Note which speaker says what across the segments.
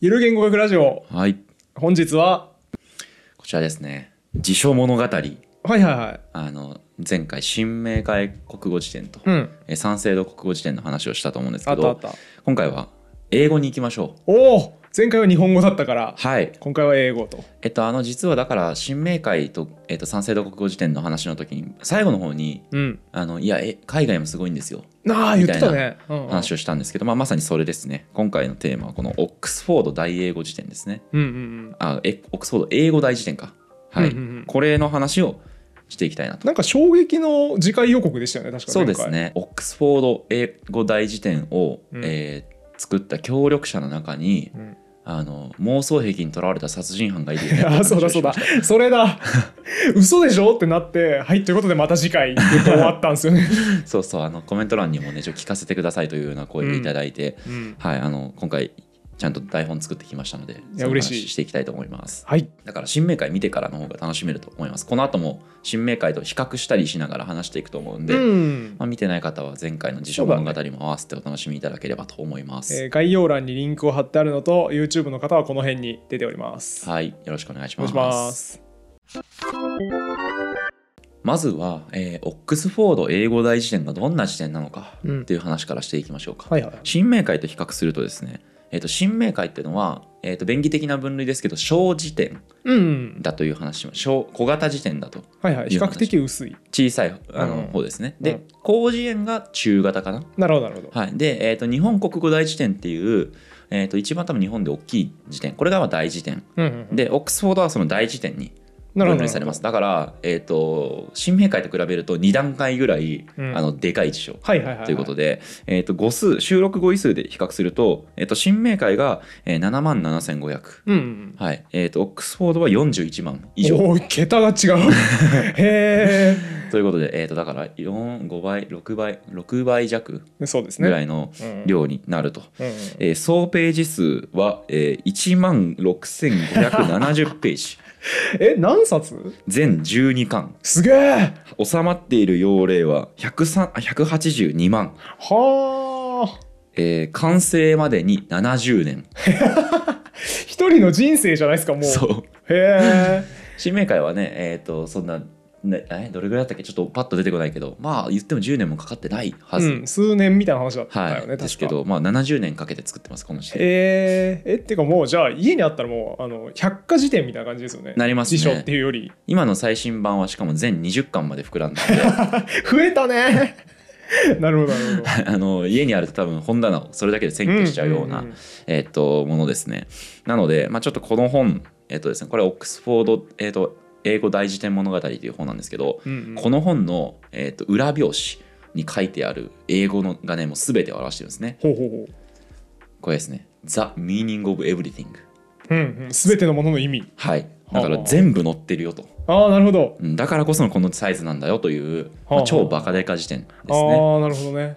Speaker 1: ゆる言語学ラジオ
Speaker 2: はい
Speaker 1: 本日は
Speaker 2: こちらですね辞書物語
Speaker 1: はいはいはい
Speaker 2: あの前回新明解国語辞典と、
Speaker 1: うん
Speaker 2: えー三省堂国語辞典の話をしたと思うんです
Speaker 1: あっ
Speaker 2: け
Speaker 1: たあっ
Speaker 2: ど
Speaker 1: た
Speaker 2: 今回は英語に行きましょう
Speaker 1: おお前回は日本語だったから
Speaker 2: はい
Speaker 1: 今回は英語と
Speaker 2: えっとあの実はだから新明解と,、えっと三省堂国語辞典の話の時に最後の方に
Speaker 1: うん
Speaker 2: あのいやえ海外もすごいんですよ
Speaker 1: ああ言
Speaker 2: み
Speaker 1: ったて
Speaker 2: いな
Speaker 1: たねうんうん
Speaker 2: 話をしたんですけど、まあ、まさにそれですね今回のテーマはこのオックスフォード大英語辞典ですね
Speaker 1: うんうん
Speaker 2: あえオックスフォード英語大辞典かはい、
Speaker 1: うんうんうん
Speaker 2: これの話をしていきたいなと
Speaker 1: うんなんか衝撃の次回予告でしたよね確か
Speaker 2: そう
Speaker 1: 前
Speaker 2: で
Speaker 1: 回
Speaker 2: すねオックスフォード英語大辞典を、
Speaker 1: うん
Speaker 2: えー作った協力者の中に
Speaker 1: うん
Speaker 2: あの妄想癖にとらわれた殺人犯がいるよ ね
Speaker 1: あーそうだそうだそれだ嘘でしょってなってはいということでまた次回って終わったんですよね、
Speaker 2: そうそうあのコメント欄にもねちょっと聞かせてくださいという ような声をいただいて、
Speaker 1: うん、
Speaker 2: はいあの今回ちゃんと台本作ってきましたので
Speaker 1: い
Speaker 2: そ
Speaker 1: や
Speaker 2: の話
Speaker 1: 嬉しい
Speaker 2: していきたいと思います
Speaker 1: はい
Speaker 2: だから新明解見てからの方が楽しめると思いますこの後も新明解と比較したりしながら話していくと思うんで、
Speaker 1: うん
Speaker 2: まあ、見てない方は前回の辞書物語も合わせてお楽しみいただければと思います、
Speaker 1: えー概要欄にリンクを貼ってあるのと YouTube の方はこの辺に出ております
Speaker 2: はい、よろしくお願いし
Speaker 1: お願
Speaker 2: ま
Speaker 1: い
Speaker 2: す。
Speaker 1: し
Speaker 2: ま
Speaker 1: ます
Speaker 2: ずは、えーオックスフォード英語大辞典がどんな辞典なのか
Speaker 1: うん
Speaker 2: っていう話からしていきましょうか。
Speaker 1: はいはい
Speaker 2: 新明解と比較するとですね、えー、と新明解っていうのは、えー、と便宜的な分類ですけど小辞典
Speaker 1: うん
Speaker 2: だという話も小小型辞典だと
Speaker 1: はいはい比較的薄い
Speaker 2: 小さいあの、
Speaker 1: うん
Speaker 2: 方ですね。
Speaker 1: う
Speaker 2: で
Speaker 1: ん
Speaker 2: 高辞典が中型かな。
Speaker 1: なるほどなるほど
Speaker 2: はい、で、えー、と日本国語大辞典っていう、えー、と一番多分日本で大きい辞典これがまあ大辞典
Speaker 1: うんうんうん
Speaker 2: でオックスフォードはその大辞典に
Speaker 1: なるほ
Speaker 2: 分
Speaker 1: ど
Speaker 2: 類されますだから、えー、と新明解と比べると2段階ぐらい、
Speaker 1: うん
Speaker 2: あのでかい辞書
Speaker 1: はいはいはいは
Speaker 2: ということで、えー、と語数収録語彙数で比較すると,、えー、と新明解が、えー、7万7500、
Speaker 1: うんうん
Speaker 2: はいえー、とオックスフォードは41万以上
Speaker 1: おー桁が 違うへ
Speaker 2: ということで、えー、とだから4 5倍6倍6倍弱
Speaker 1: えそうですね
Speaker 2: ぐらいの
Speaker 1: うん
Speaker 2: 量になると。
Speaker 1: うんうん
Speaker 2: えー総ページ数は、えー、1万6570ページ
Speaker 1: え何冊
Speaker 2: 全12巻
Speaker 1: すげえ
Speaker 2: 収まっている要例は103あ182万、
Speaker 1: はあ
Speaker 2: えー完成までに70年
Speaker 1: 一人の人生じゃないですかもう
Speaker 2: そう
Speaker 1: へえ
Speaker 2: 新明会はねえっ、とそんな、ね、えどれぐらいだったっけちょっとパッと出てこないけどまあ言っても10年もかかってないはず、
Speaker 1: うん、数年みたいな話だった
Speaker 2: は
Speaker 1: よ
Speaker 2: い、
Speaker 1: ね、確か
Speaker 2: ですけどまあ70年かけて作ってますこの時点
Speaker 1: えー、えってかもうじゃあ家にあったらもうあの百科事典みたいな感じですよね
Speaker 2: なりますね
Speaker 1: 辞書っていうより
Speaker 2: 今の最新版はしかも全20巻まで膨らんでて
Speaker 1: 増えた ねなるほどなるほど
Speaker 2: あの家にあると多分本棚をそれだけで占拠しちゃうような、
Speaker 1: んんん
Speaker 2: えっとものですね。なので、まあ、ちょっとこの本、えっとですね、これオックスフォード、えっと英語大辞典物語という本なんですけど、
Speaker 1: うんうん
Speaker 2: この本の、えっと裏表紙に書いてある英語のがねもう全てを表してるんですね。
Speaker 1: ほうほうほう
Speaker 2: これですね「The Meaning of Everything
Speaker 1: うんうん、全てのものの意味」。
Speaker 2: はいだ
Speaker 1: は
Speaker 2: か
Speaker 1: あ
Speaker 2: ら
Speaker 1: はあ
Speaker 2: 全部載ってるよと
Speaker 1: ああなるほど、
Speaker 2: うんだからこそのこのサイズなんだよという、
Speaker 1: はあは
Speaker 2: まあ
Speaker 1: あ
Speaker 2: 超バカデカ辞典ですね。
Speaker 1: ああなるほどね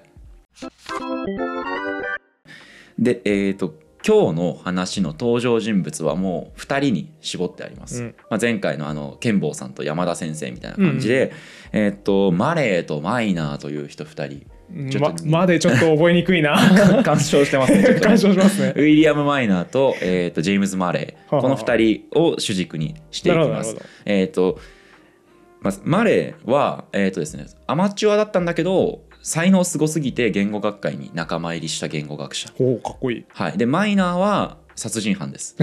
Speaker 2: でえっ、と今日の話の登場人物はもう2人に絞ってあります、
Speaker 1: うん
Speaker 2: まあ、前回のあの剣坊さんと山田先生みたいな感じで、えっとマレーとマイナーという人2
Speaker 1: うん
Speaker 2: ちょ
Speaker 1: ま
Speaker 2: っと
Speaker 1: までちょっと覚えにくい な
Speaker 2: 人干渉してますねちょっとね
Speaker 1: 干渉します
Speaker 2: ウ
Speaker 1: ね
Speaker 2: ィリアム・マイナーと,、えー、とジェームズ・マレー
Speaker 1: はあはあ
Speaker 2: この2人を主軸にしていき
Speaker 1: なるほどな
Speaker 2: ま
Speaker 1: るほ
Speaker 2: す
Speaker 1: ど。
Speaker 2: えっ、とまずマレーは、えーとですね、アマチュアだったんだけど才能すごすぎて言語学会に仲間入りした言語学者、
Speaker 1: ほうかっこいい
Speaker 2: はい、でマイナーは殺人犯です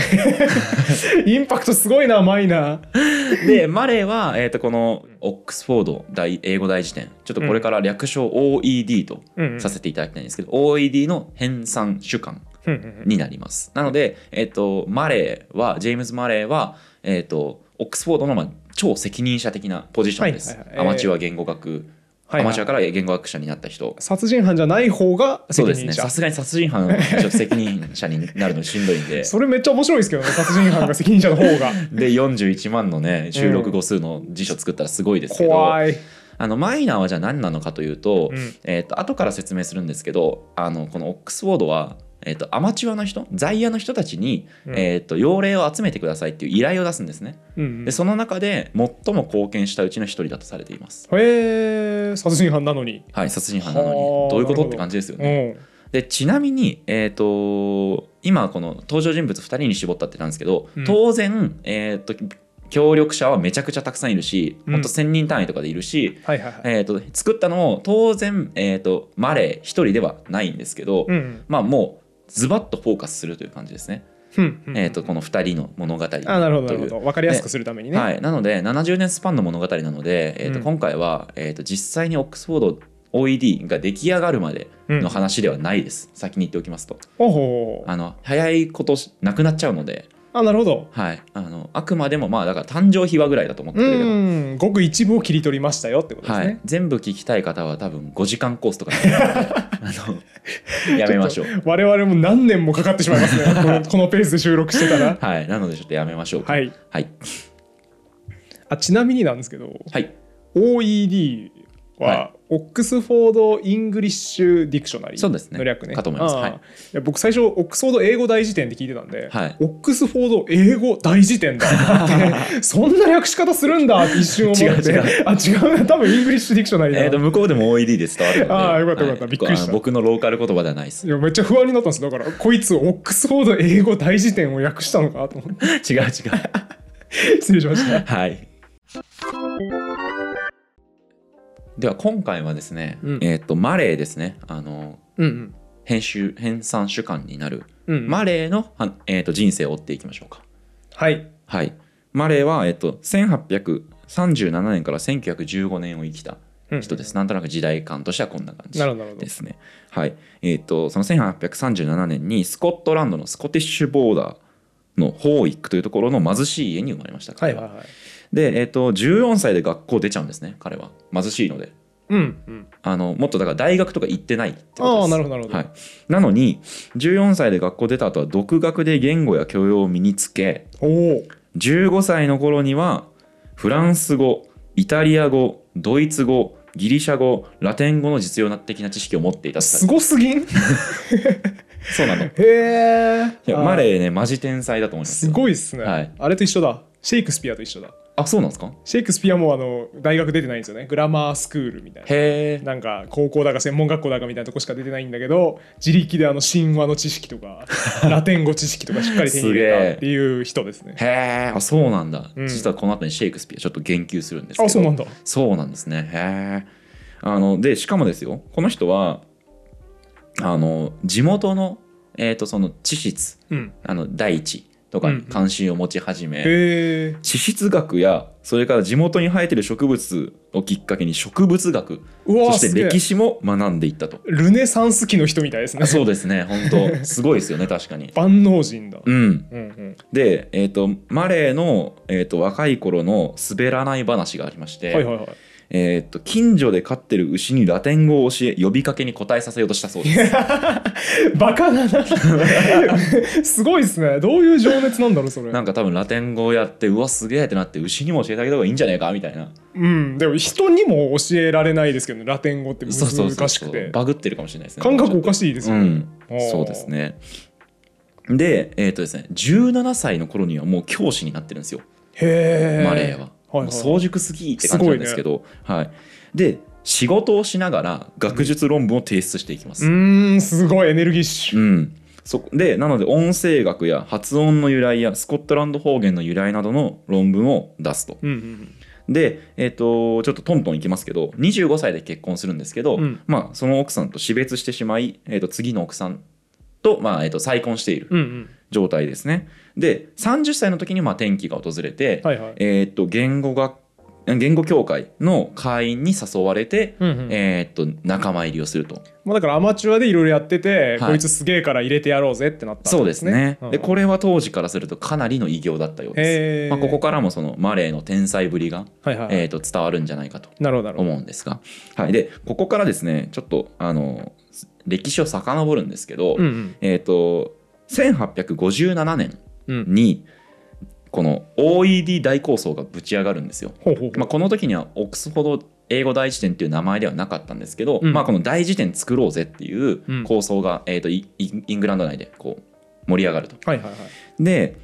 Speaker 1: インパクトすごいなマイナー
Speaker 2: でマレーは、えー、とこのオックスフォード大英語大辞典ちょっとこれから略称 OED と
Speaker 1: うんうん
Speaker 2: させていただきたいんですけど、OED の編纂主観
Speaker 1: うんうん
Speaker 2: になりますなので、えー、とマレーはジェームズ・マレーは、えー、とオックスフォードの、まあ、超責任者的なポジションです、
Speaker 1: はいはいはいえー
Speaker 2: アマチュア言語学、
Speaker 1: はいはい
Speaker 2: アマチュアから言語学者になった人
Speaker 1: 殺人犯じゃない方が
Speaker 2: そ
Speaker 1: 責
Speaker 2: うです
Speaker 1: 任
Speaker 2: ね
Speaker 1: 者
Speaker 2: さすがに殺人犯はちょっと責任者になるのしんどいん で
Speaker 1: それめっちゃ面白いですけどね殺人犯が責任者の方 が
Speaker 2: で41万のね収録語数の辞書作ったらすごいですけど、
Speaker 1: 怖い
Speaker 2: あのマイナーはじゃあ何なのかというと,、
Speaker 1: うん
Speaker 2: えー、と後から説明するんですけどあのこのオックスフォードは、えー、とアマチュアの人在野の人たちに、
Speaker 1: うん
Speaker 2: えー、と要令を集めてくださいっていう依頼を出すんですね
Speaker 1: うんうん
Speaker 2: でその中で最も貢献したうちの一人だとされています
Speaker 1: へえ殺人犯なのに
Speaker 2: はい殺人犯なのに
Speaker 1: はあ
Speaker 2: どういうこ
Speaker 1: なるほ
Speaker 2: と
Speaker 1: ど
Speaker 2: って感じですよ
Speaker 1: う
Speaker 2: ね
Speaker 1: ん
Speaker 2: でちなみに、えー、と今この登場人物2人に絞ったってなんですけど、
Speaker 1: うん
Speaker 2: 当然、えー、と協力者はめちゃくちゃたくさんいるし、
Speaker 1: うん
Speaker 2: ほんと1,000人単位とかでいるし、
Speaker 1: はいはいはい。
Speaker 2: えー、と作ったのも当然、えー、とマレー1人ではないんですけど、
Speaker 1: うん
Speaker 2: まあもうズバッとフォーカスするという感じですね、
Speaker 1: うんうん
Speaker 2: えー、とこの2人の物語という
Speaker 1: あなるほどなるほど分かりやすくするためにね
Speaker 2: はい、なので70年スパンの物語なので、えーと
Speaker 1: うん
Speaker 2: 今回は、えー、と実際にオックスフォード OED が出来上がるまで
Speaker 1: うん
Speaker 2: の話ではないです、先に言っておきますと
Speaker 1: ほうほうほう
Speaker 2: あの早いことしなくなっちゃうので、
Speaker 1: あなるほど
Speaker 2: はい、あのあくまでもまあだから誕生秘話ぐらいだと思って
Speaker 1: う
Speaker 2: くれれば、
Speaker 1: んごく一部を切り取りましたよってことです
Speaker 2: は
Speaker 1: ね、
Speaker 2: い、全部聞きたい方は多分5時間コースとかになるので あのやめましょう。
Speaker 1: 我々も何年もかかってしまいますねこ のこのペースで収録してたら
Speaker 2: はい、なのでちょっとやめましょうか。
Speaker 1: はい
Speaker 2: はい、
Speaker 1: あちなみになんですけど
Speaker 2: はい、
Speaker 1: OED は、
Speaker 2: はい
Speaker 1: オックスフォード・イングリッシュ・ディクショナリー
Speaker 2: そうですね
Speaker 1: の略ね
Speaker 2: かと思います
Speaker 1: ああ
Speaker 2: はい
Speaker 1: や僕最初オックスフォード英語大辞典って聞いてたんで、
Speaker 2: はい
Speaker 1: オックスフォード英語大辞典だと思 ってそんな略し方するんだって一瞬思って
Speaker 2: 違う違
Speaker 1: あ違うな多分イングリッシュ・ディクショナリーだ、
Speaker 2: えー、と向こうでも OED で伝わるので
Speaker 1: あーよかったよかった
Speaker 2: はい
Speaker 1: びっくりした
Speaker 2: あの僕のローカル言葉ではないです
Speaker 1: いやめっちゃ不安になったんですだからこいつオックスフォード英語大辞典を訳したのかと思って
Speaker 2: 違う違う
Speaker 1: 失礼しました
Speaker 2: はいでは今回はですね、
Speaker 1: うん
Speaker 2: えっ、とマレーですねあの
Speaker 1: うん
Speaker 2: 編集編纂主観になる
Speaker 1: うんうん
Speaker 2: マレーの、はえー、と人生を追っていきましょうか
Speaker 1: はい
Speaker 2: はいマレーは、えっと1837年から1915年を生きた人です、なんとなく時代感としてはこんな感じ
Speaker 1: なるほどなるほど
Speaker 2: ですねはいえっとその1837年にスコットランドのスコティッシュボーダーのホーイックというところの貧しい家に生まれました
Speaker 1: は
Speaker 2: 彼
Speaker 1: い
Speaker 2: は
Speaker 1: はいはい
Speaker 2: で、えっと14歳で学校出ちゃうんですね彼は貧しいので
Speaker 1: うんうん
Speaker 2: あのもっとだから大学とか行ってないってことです
Speaker 1: ああなるほどなるほど
Speaker 2: はい、なのに14歳で学校出た後は独学で言語や教養を身につけ
Speaker 1: おお
Speaker 2: 15歳の頃にはフランス語イタリア語ドイツ語ギリシャ語ラテン語の実用的な知識を持っていた
Speaker 1: すごすぎんへ
Speaker 2: そうなのい
Speaker 1: え
Speaker 2: やマレーねマジ天才だと思います
Speaker 1: す
Speaker 2: よ
Speaker 1: ごいっすね、
Speaker 2: はい
Speaker 1: あれと一緒だシェイクスピアと一緒だ
Speaker 2: あそうなんですか
Speaker 1: シェイクスピアもあの大学出てないんですよねグラマースクールみたいな
Speaker 2: へえ
Speaker 1: なんか高校だか専門学校だかみたいなとこしか出てないんだけど自力であの神話の知識と かラテン語知識とかしっかり手に入れたっていう人ですね
Speaker 2: へえあそうなんだ、
Speaker 1: うん
Speaker 2: 実はこの後にシェイクスピアちょっと言及するんですけど
Speaker 1: あそうなんだ
Speaker 2: そうなんですね。へえ。あのでしかもですよこの人はあの地元の,、えー、とその地質
Speaker 1: うん
Speaker 2: あの大地とか
Speaker 1: うんう
Speaker 2: に
Speaker 1: ん
Speaker 2: 関心を持ち始め、
Speaker 1: へえ
Speaker 2: 地質学やそれから地元に生えてる植物をきっかけに植物学
Speaker 1: うわ
Speaker 2: そ
Speaker 1: ー
Speaker 2: し
Speaker 1: すげ
Speaker 2: て
Speaker 1: え
Speaker 2: 歴史も学んでいっ たと。
Speaker 1: ルネサンス期の人みたいですね
Speaker 2: そうですね本当すごいですよね確かに。
Speaker 1: 万能人だ、
Speaker 2: うん、
Speaker 1: うんうん、
Speaker 2: で、えー、とマレーの、えー、と若い頃の滑らない話がありまして、
Speaker 1: はいはいはい
Speaker 2: えーっと近所で飼ってる牛にラテン語を教え呼びかけに答えさせようとしたそうです
Speaker 1: バカだなすごいですねどういう情熱なんだろうそれ
Speaker 2: なんか多分ラテン語をやってうわすげえってなって牛にも教えてあげた方がいいんじゃねえかみた いな
Speaker 1: うんでも人にも教えられないですけどねラテン語って難しくて
Speaker 2: バグってるかもしれないですね
Speaker 1: 感覚おか
Speaker 2: しい
Speaker 1: しいです
Speaker 2: う
Speaker 1: よね、
Speaker 2: ん
Speaker 1: あー
Speaker 2: そうですねでえーっとですね17歳の頃にはもう教師になってるんですよ
Speaker 1: へえ
Speaker 2: マレー
Speaker 1: は
Speaker 2: は、
Speaker 1: いはい
Speaker 2: もう早熟すぎって感じなんですけどはい、で仕事をしながら学術論文を提出していきます
Speaker 1: う、ーんすごいエネルギッシュ、
Speaker 2: うん、そでなので音声学や発音の由来やスコットランド方言の由来などの論文を出すと。
Speaker 1: うんうん
Speaker 2: で、えっとちょっとトントンいきますけど25歳で結婚するんですけど、
Speaker 1: うん
Speaker 2: まあ、その奥さんと死別してしまい、えっと次の奥さんと,、まあえっと再婚している
Speaker 1: うんうん
Speaker 2: 状態ですね。で30歳の時にまあ転機が訪れて、
Speaker 1: はいはい
Speaker 2: えっと言語学言語協会の会員に誘われて、
Speaker 1: うんうん
Speaker 2: えっと仲間入りをすると。
Speaker 1: まあ、だからアマチュアでいろいろやってて、
Speaker 2: はい
Speaker 1: こいつすげえから入れてやろうぜってなったん
Speaker 2: そうですね、
Speaker 1: うん
Speaker 2: でこれは当時からするとかなりの偉業だったよう
Speaker 1: へー
Speaker 2: です、まあ、ここからもそのマレーの天才ぶりが、
Speaker 1: はいはい、
Speaker 2: えー、と伝わるんじゃないかと
Speaker 1: なるほどなるほど
Speaker 2: 思うんですが、はい、でここからですねちょっとあの歴史を遡るんですけど、
Speaker 1: うんうん
Speaker 2: えっ、と1857年
Speaker 1: うん
Speaker 2: にこの OED 大構想がぶち上がるんですよ、
Speaker 1: ほうほうほ
Speaker 2: まあ、この時にはオックスフォード英語大辞典っていう名前ではなかったんですけど、
Speaker 1: うん
Speaker 2: まあ、この大辞典作ろうぜっていう構想が、えー、とイインイングランド内でこう盛り上がると。
Speaker 1: うはいはいはい
Speaker 2: で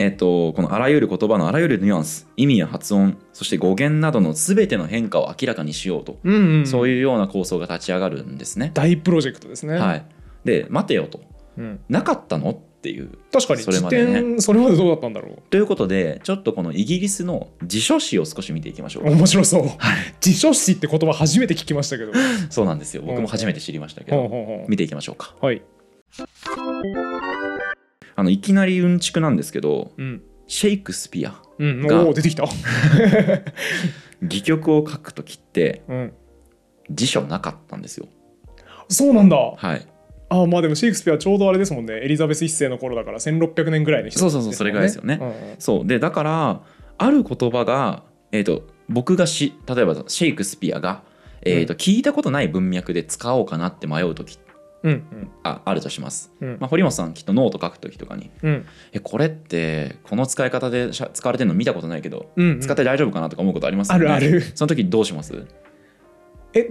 Speaker 2: えっと、このあらゆる言葉のあらゆるニュアンス意味や発音そして語源などの全ての変化を明らかにしようと、
Speaker 1: うんうん、
Speaker 2: そう
Speaker 1: いう
Speaker 2: いうような構想が立ち上がるんですね。
Speaker 1: 大プロジェクトですね、
Speaker 2: はい、で待てよと
Speaker 1: うん、
Speaker 2: なかったのっていう。
Speaker 1: 確かに
Speaker 2: それ
Speaker 1: 辞
Speaker 2: までね
Speaker 1: 典それまでどうだったんだろ
Speaker 2: ということでちょっとこのイギリスの辞書誌を少し見ていきましょ
Speaker 1: う
Speaker 2: う。
Speaker 1: 面白そう 辞書詞って言葉初めて聞きましたけど
Speaker 2: そうなんですよ僕も初めて知りましたけ
Speaker 1: ほう
Speaker 2: ど
Speaker 1: ほうほ
Speaker 2: 見ていきましょうか。
Speaker 1: うはい、
Speaker 2: あのいきなりうんちくなんですけど
Speaker 1: うん
Speaker 2: シェイクスピア
Speaker 1: うん、
Speaker 2: が
Speaker 1: おお出てきた、
Speaker 2: 戯曲を書くときって
Speaker 1: うん、
Speaker 2: 辞書なかったんですよ。
Speaker 1: そうなんだ
Speaker 2: はい、
Speaker 1: ああまあでもシェイクスピアはちょうどあれですもんねエリザベス一世の頃だから1600年ぐらいの人
Speaker 2: そうそうそうそれぐらいですよね
Speaker 1: うんうん
Speaker 2: そうでだからある言葉が、えー、と僕がし例えばシェイクスピアが、えーと聞いたことない文脈で使おうかなって迷う時
Speaker 1: うん
Speaker 2: ああるとします、
Speaker 1: うん
Speaker 2: まあ、堀本さんきっとノート書く時とかに
Speaker 1: うん
Speaker 2: 「えこれってこの使い方でしゃ使われてるの見たことないけど
Speaker 1: うん
Speaker 2: 使って大丈夫かな?」とか思うことありますよ
Speaker 1: あ
Speaker 2: ね
Speaker 1: るある
Speaker 2: その時どうします
Speaker 1: え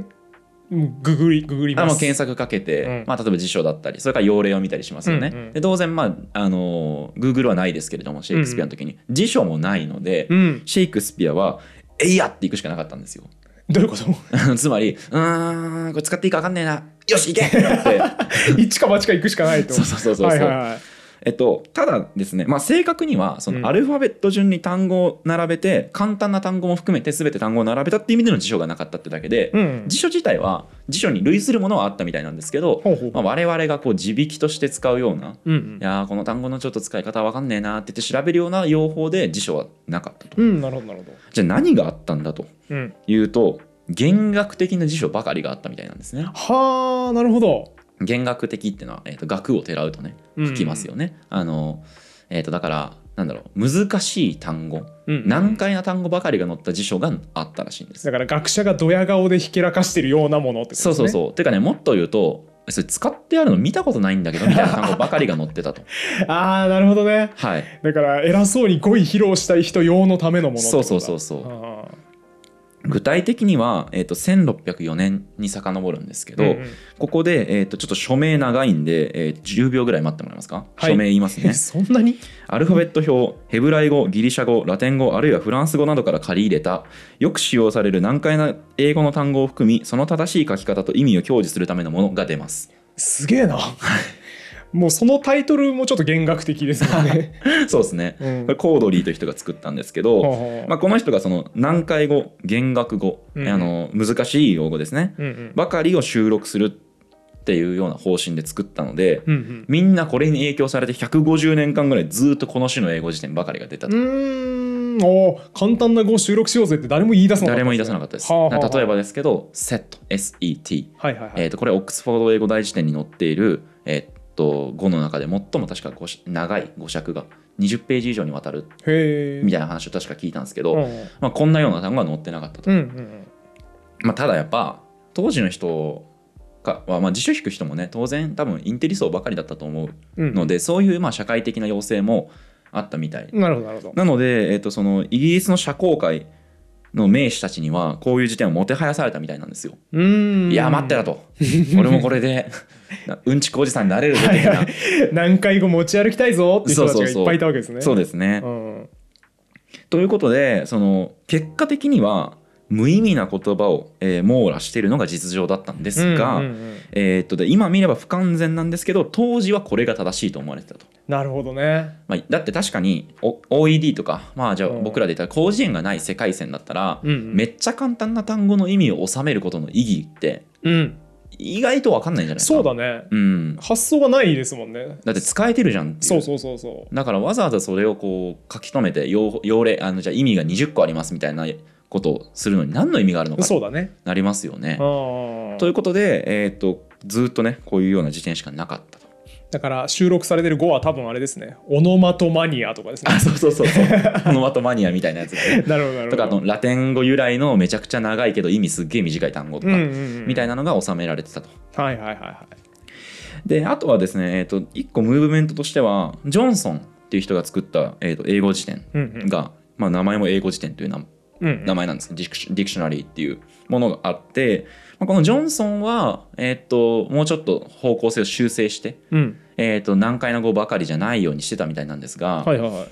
Speaker 1: うんググりググり
Speaker 2: あ
Speaker 1: ま
Speaker 2: の
Speaker 1: す
Speaker 2: 検索かけて、
Speaker 1: うん
Speaker 2: まあ、例えば辞書だったりそれから用例を見たりしますよね、
Speaker 1: うんうん
Speaker 2: で当然、まああのー Google はないですけれどもシェイクスピアの時に、辞書もないので、
Speaker 1: うん
Speaker 2: シェイクスピアは「えいや!」っていくしかなかったんですよ
Speaker 1: どういうこと
Speaker 2: つまり「うーんこれ使っていいか分かんねえなよし行け!」って
Speaker 1: 一か八か行くしかないと
Speaker 2: そうそうそうそう、
Speaker 1: はいはいはい
Speaker 2: えっとただですね、まあ、正確にはそ
Speaker 1: うん
Speaker 2: のアルファベット順に単語を並べて、簡単な単語も含めて全て単語を並べたっていう意味での辞書がなかったってだけで、
Speaker 1: うん
Speaker 2: 辞書自体は辞書に類するものはあったみたいなんですけど、
Speaker 1: ほうほう
Speaker 2: まあ、我々がこう字引きとして使うような
Speaker 1: うん
Speaker 2: いやーこの単語のちょっと使い方わかんねえなって言って調べるような用法で辞書はなかったと。
Speaker 1: うんうんなるほどなるほど
Speaker 2: じゃあ何があったんだと
Speaker 1: うん
Speaker 2: いうと弦楽的な辞書ばかりがあったみたいなんですね。
Speaker 1: はあなるほど
Speaker 2: 弦楽的っていうのは、えー、と楽をてらうとね
Speaker 1: うん
Speaker 2: 書きますよね。あのえー、とだからなんだろう難しい単語
Speaker 1: うん
Speaker 2: 難解な単語ばかりが載った辞書があったらしいんです。
Speaker 1: だから学者がドヤ顔でひけらかしてるようなものってことです
Speaker 2: そ
Speaker 1: ね
Speaker 2: うそうそう。てかねもっと言うとそれ使ってあるの見たことないんだけどみたいな単語ばかりが載って たと。
Speaker 1: ああなるほどね
Speaker 2: はい、
Speaker 1: だから偉そうに語彙披露したい人用のためのものってこ
Speaker 2: そ
Speaker 1: と
Speaker 2: う
Speaker 1: だ
Speaker 2: そうそうそう。
Speaker 1: ああ
Speaker 2: 具体的には、えー、と1604年に遡るんですけど、
Speaker 1: うん
Speaker 2: ここで、えー、とちょっと署名長いんで、えー10秒ぐらい待ってもらえますか、
Speaker 1: はい
Speaker 2: 署名言います
Speaker 1: うん
Speaker 2: ね
Speaker 1: そんなに
Speaker 2: アルファベット表ヘブライ語ギリシャ語ラテン語あるいはフランス語などから借り入れたよく使用される難解な英語の単語を含みその正しい書き方と意味を享受するためのものが出ます
Speaker 1: すげえなもうそのタイトルもちょっと弦楽的ですよね、
Speaker 2: そうですね
Speaker 1: うん
Speaker 2: これコードリーという人が作ったんですけど、
Speaker 1: ほうほう
Speaker 2: まあ、この人がその難解語弦楽語、
Speaker 1: うん
Speaker 2: あの難しい用語ですね
Speaker 1: うんうん
Speaker 2: ばかりを収録するっていうような方針で作ったので
Speaker 1: うん
Speaker 2: みんなこれに影響されて150年間ぐらいずっとこの種の英語辞典ばかりが出た
Speaker 1: う
Speaker 2: と
Speaker 1: んうーんおー簡単な語を収録しようぜって誰も言い出さなかった
Speaker 2: 誰も言い出さなかったです
Speaker 1: はあはあはあ
Speaker 2: 例えばですけど SET SET
Speaker 1: はいはいはい、
Speaker 2: えーとこれオックスフォード英語大辞典に載っているえーっと語の中で最も確か語し長い語尺が20ページ以上にわたる
Speaker 1: へえ
Speaker 2: みたいな話を確か聞いたんですけ
Speaker 1: う
Speaker 2: ど
Speaker 1: んうん
Speaker 2: まあこんなような単語は載ってなかったと
Speaker 1: うんうん
Speaker 2: まあただやっぱ当時の人かはまあ辞書引く人もね当然多分インテリ層ばかりだったと思う
Speaker 1: うん
Speaker 2: のでそういうまあ社会的な要請もあったみたい
Speaker 1: なるほどなるほど
Speaker 2: なので、えっとそのイギリスの社交界の名士たちにはこういう時点をもてはやされたみたいなんですよ。
Speaker 1: うーん
Speaker 2: いや待ってら と俺もこれでなうんちくおじさんになれるぞ的な
Speaker 1: 何回語持ち歩きたいぞって人たちがいっぱいいたわけですね
Speaker 2: そうですね。
Speaker 1: うん
Speaker 2: ということでその結果的には無意味な言葉を、えー網羅しているのが実情だったんですが、
Speaker 1: うんうんうん
Speaker 2: えっとで今見れば不完全なんですけど当時はこれが正しいと思われてたと。
Speaker 1: なるほどね
Speaker 2: まあ、だって確かにお OED とか、まあ、じゃあ
Speaker 1: うん
Speaker 2: 僕らで言ったら広辞苑がない世界線だったら、
Speaker 1: うんうん
Speaker 2: めっちゃ簡単な単語の意味を収めることの意義って
Speaker 1: うん
Speaker 2: 意外と分かんないんじゃないですか
Speaker 1: そうだね
Speaker 2: うん、
Speaker 1: 発想がないですもんね
Speaker 2: だって使えてるじゃんっていう
Speaker 1: そうそうそうそ
Speaker 2: だからわざわざそれをこう書き留めて要要例あのじゃあ意味が20個ありますみたいなことをするのに何の意味があるの
Speaker 1: う
Speaker 2: か
Speaker 1: そうだね
Speaker 2: なりますよね。
Speaker 1: あ
Speaker 2: とい
Speaker 1: ー
Speaker 2: うことで、えー、とずっとねこういうような辞典しかなかったと。
Speaker 1: だから収録されてる5は多分あれですねオノマトマニアとかです ね
Speaker 2: あそうそうそうそうこのマトマニアみたいなやつがね
Speaker 1: なるほどなる
Speaker 2: と
Speaker 1: ほ
Speaker 2: か
Speaker 1: ど
Speaker 2: あとラテン語由来のめちゃくちゃ長いけど意味すっげえ短い単語と
Speaker 1: う
Speaker 2: か、
Speaker 1: んうんうん
Speaker 2: みたいなのが収められてたと。
Speaker 1: はいはいはいは
Speaker 2: であとはですね、えー、と1個ムーブメントとしてはジョンソンっていう人が作った、えー、と英語辞典
Speaker 1: いうん
Speaker 2: が、まあ、名前も英語辞典という名
Speaker 1: うんうん
Speaker 2: 名前なんですけどディクシディクショナリーっていうものがあって、まあ、このジョンソンは、えー、ともうちょっと方向性を修正して、
Speaker 1: うん
Speaker 2: えー、と難解な語ばかりじゃないようにしてたみたいなんですが、
Speaker 1: はいはいはい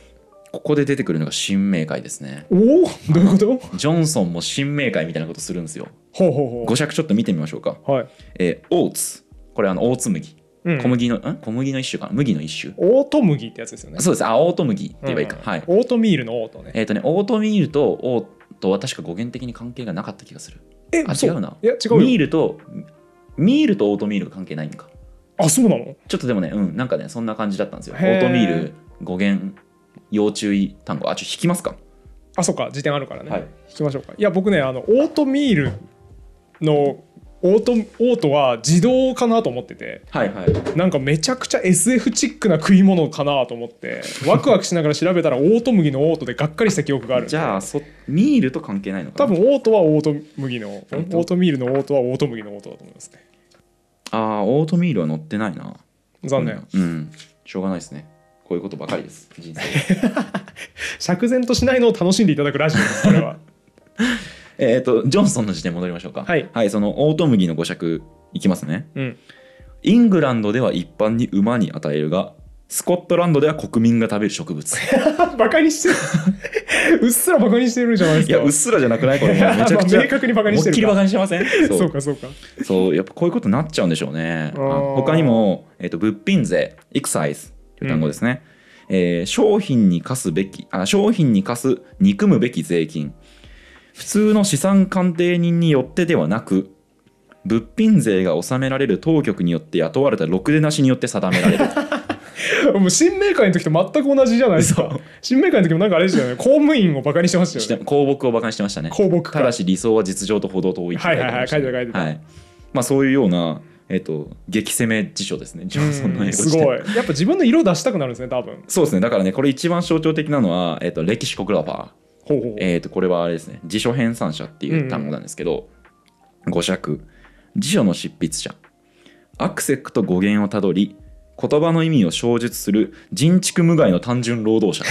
Speaker 2: ここで出てくるのが神明会ですね
Speaker 1: おおどういうこと
Speaker 2: ジョンソンも神明会みたいなことするんですよ
Speaker 1: ほうほうほ
Speaker 2: 五尺ちょっと見てみましょうか、
Speaker 1: うはい、
Speaker 2: えーオーツこれあのオーツ麦
Speaker 1: うん、
Speaker 2: 小麦の、ん、小麦の一種かな麦の一種
Speaker 1: オート麦ってやつですよね
Speaker 2: そうですあオート麦って言えばいいか、
Speaker 1: うん
Speaker 2: はい
Speaker 1: オートミールのオートね
Speaker 2: えっ、とねオートミールとオートは確か語源的に関係がなかった気がする
Speaker 1: え
Speaker 2: あ
Speaker 1: そ
Speaker 2: 違うない
Speaker 1: や違うよ
Speaker 2: ミールとミールとオートミールが関係ないんか
Speaker 1: あそうなの
Speaker 2: ちょっとでもねうんなんかねそんな感じだったんですよオ
Speaker 1: へー
Speaker 2: ートミール語源要注意単語あちょっと引きますか
Speaker 1: あそうか辞典あるからね、
Speaker 2: はい
Speaker 1: 聞きましょうかいや僕ねあのオートミールのオートオートは自動かなと思ってて
Speaker 2: はいはい
Speaker 1: なんかめちゃくちゃ SF チックな食い物かなと思ってワクワクしながら調べたらオート麦のオートでがっかりした記憶がある
Speaker 2: じゃあそミールと関係ないのか
Speaker 1: 多
Speaker 2: な
Speaker 1: 分オートはオート麦のオ
Speaker 2: 本当
Speaker 1: ートミールのオートはオート麦のオートだと思いますね
Speaker 2: あーオートミールは乗ってないな
Speaker 1: 残念
Speaker 2: うんしょうがないですねこういうことばかりです人生
Speaker 1: 釈然としないのを楽しんでいただくラジオですこれは
Speaker 2: えっとジョンソンの時点戻りましょうか
Speaker 1: はい
Speaker 2: そのオート麦の語釈いきますね
Speaker 1: うん
Speaker 2: イングランドでは一般に馬に与えるがスコットランドでは国民が食べる 植物
Speaker 1: バカに してるうっすらバカにしてるじゃないです
Speaker 2: い
Speaker 1: か
Speaker 2: やうっすらじゃなくないこれもうめちゃく ち
Speaker 1: まあ
Speaker 2: ゃ
Speaker 1: 明確にバカにしてる
Speaker 2: 思いっきり
Speaker 1: か
Speaker 2: バカにしてませんそう
Speaker 1: そうかそうか
Speaker 2: そうやっぱこういうことになっちゃうんでしょうね
Speaker 1: あ
Speaker 2: あ
Speaker 1: ー
Speaker 2: 他にも、えっと物品税エクサイズという単語ですね、えー商品に課すべきあ商品に課す憎むべき税金普通の資産鑑定人によってではなく物品税が納められる当局によって雇われたろくでなしによって定めら れる
Speaker 1: もう新明会の時と全く同じじゃないですか
Speaker 2: 嘘
Speaker 1: 新明会の時もなんかあれですよね公務員をバカにしてまし
Speaker 2: したて
Speaker 1: よね
Speaker 2: 公僕を馬鹿にしてましたね
Speaker 1: 公僕
Speaker 2: た
Speaker 1: から
Speaker 2: だし理想は実情と程遠いっててありましたね
Speaker 1: はいはいはい書いてた書い
Speaker 2: はいまあそういうようなえっ、と激攻め辞書ですねジョンソンの
Speaker 1: う
Speaker 2: 英語
Speaker 1: ん
Speaker 2: 辞
Speaker 1: す
Speaker 2: 典
Speaker 1: ごいやっぱ自分の色出したくなるんですね多分
Speaker 2: そうですねだからねこれ一番象徴的なのは、えっと歴史コグラファー、
Speaker 1: ほうほう
Speaker 2: えっとこれはあれですね辞書編纂者っていう単語なんですけど、語釈辞書の執筆者アクセクと語源をたどり言葉の意味を小述する人畜無害の単純労 働者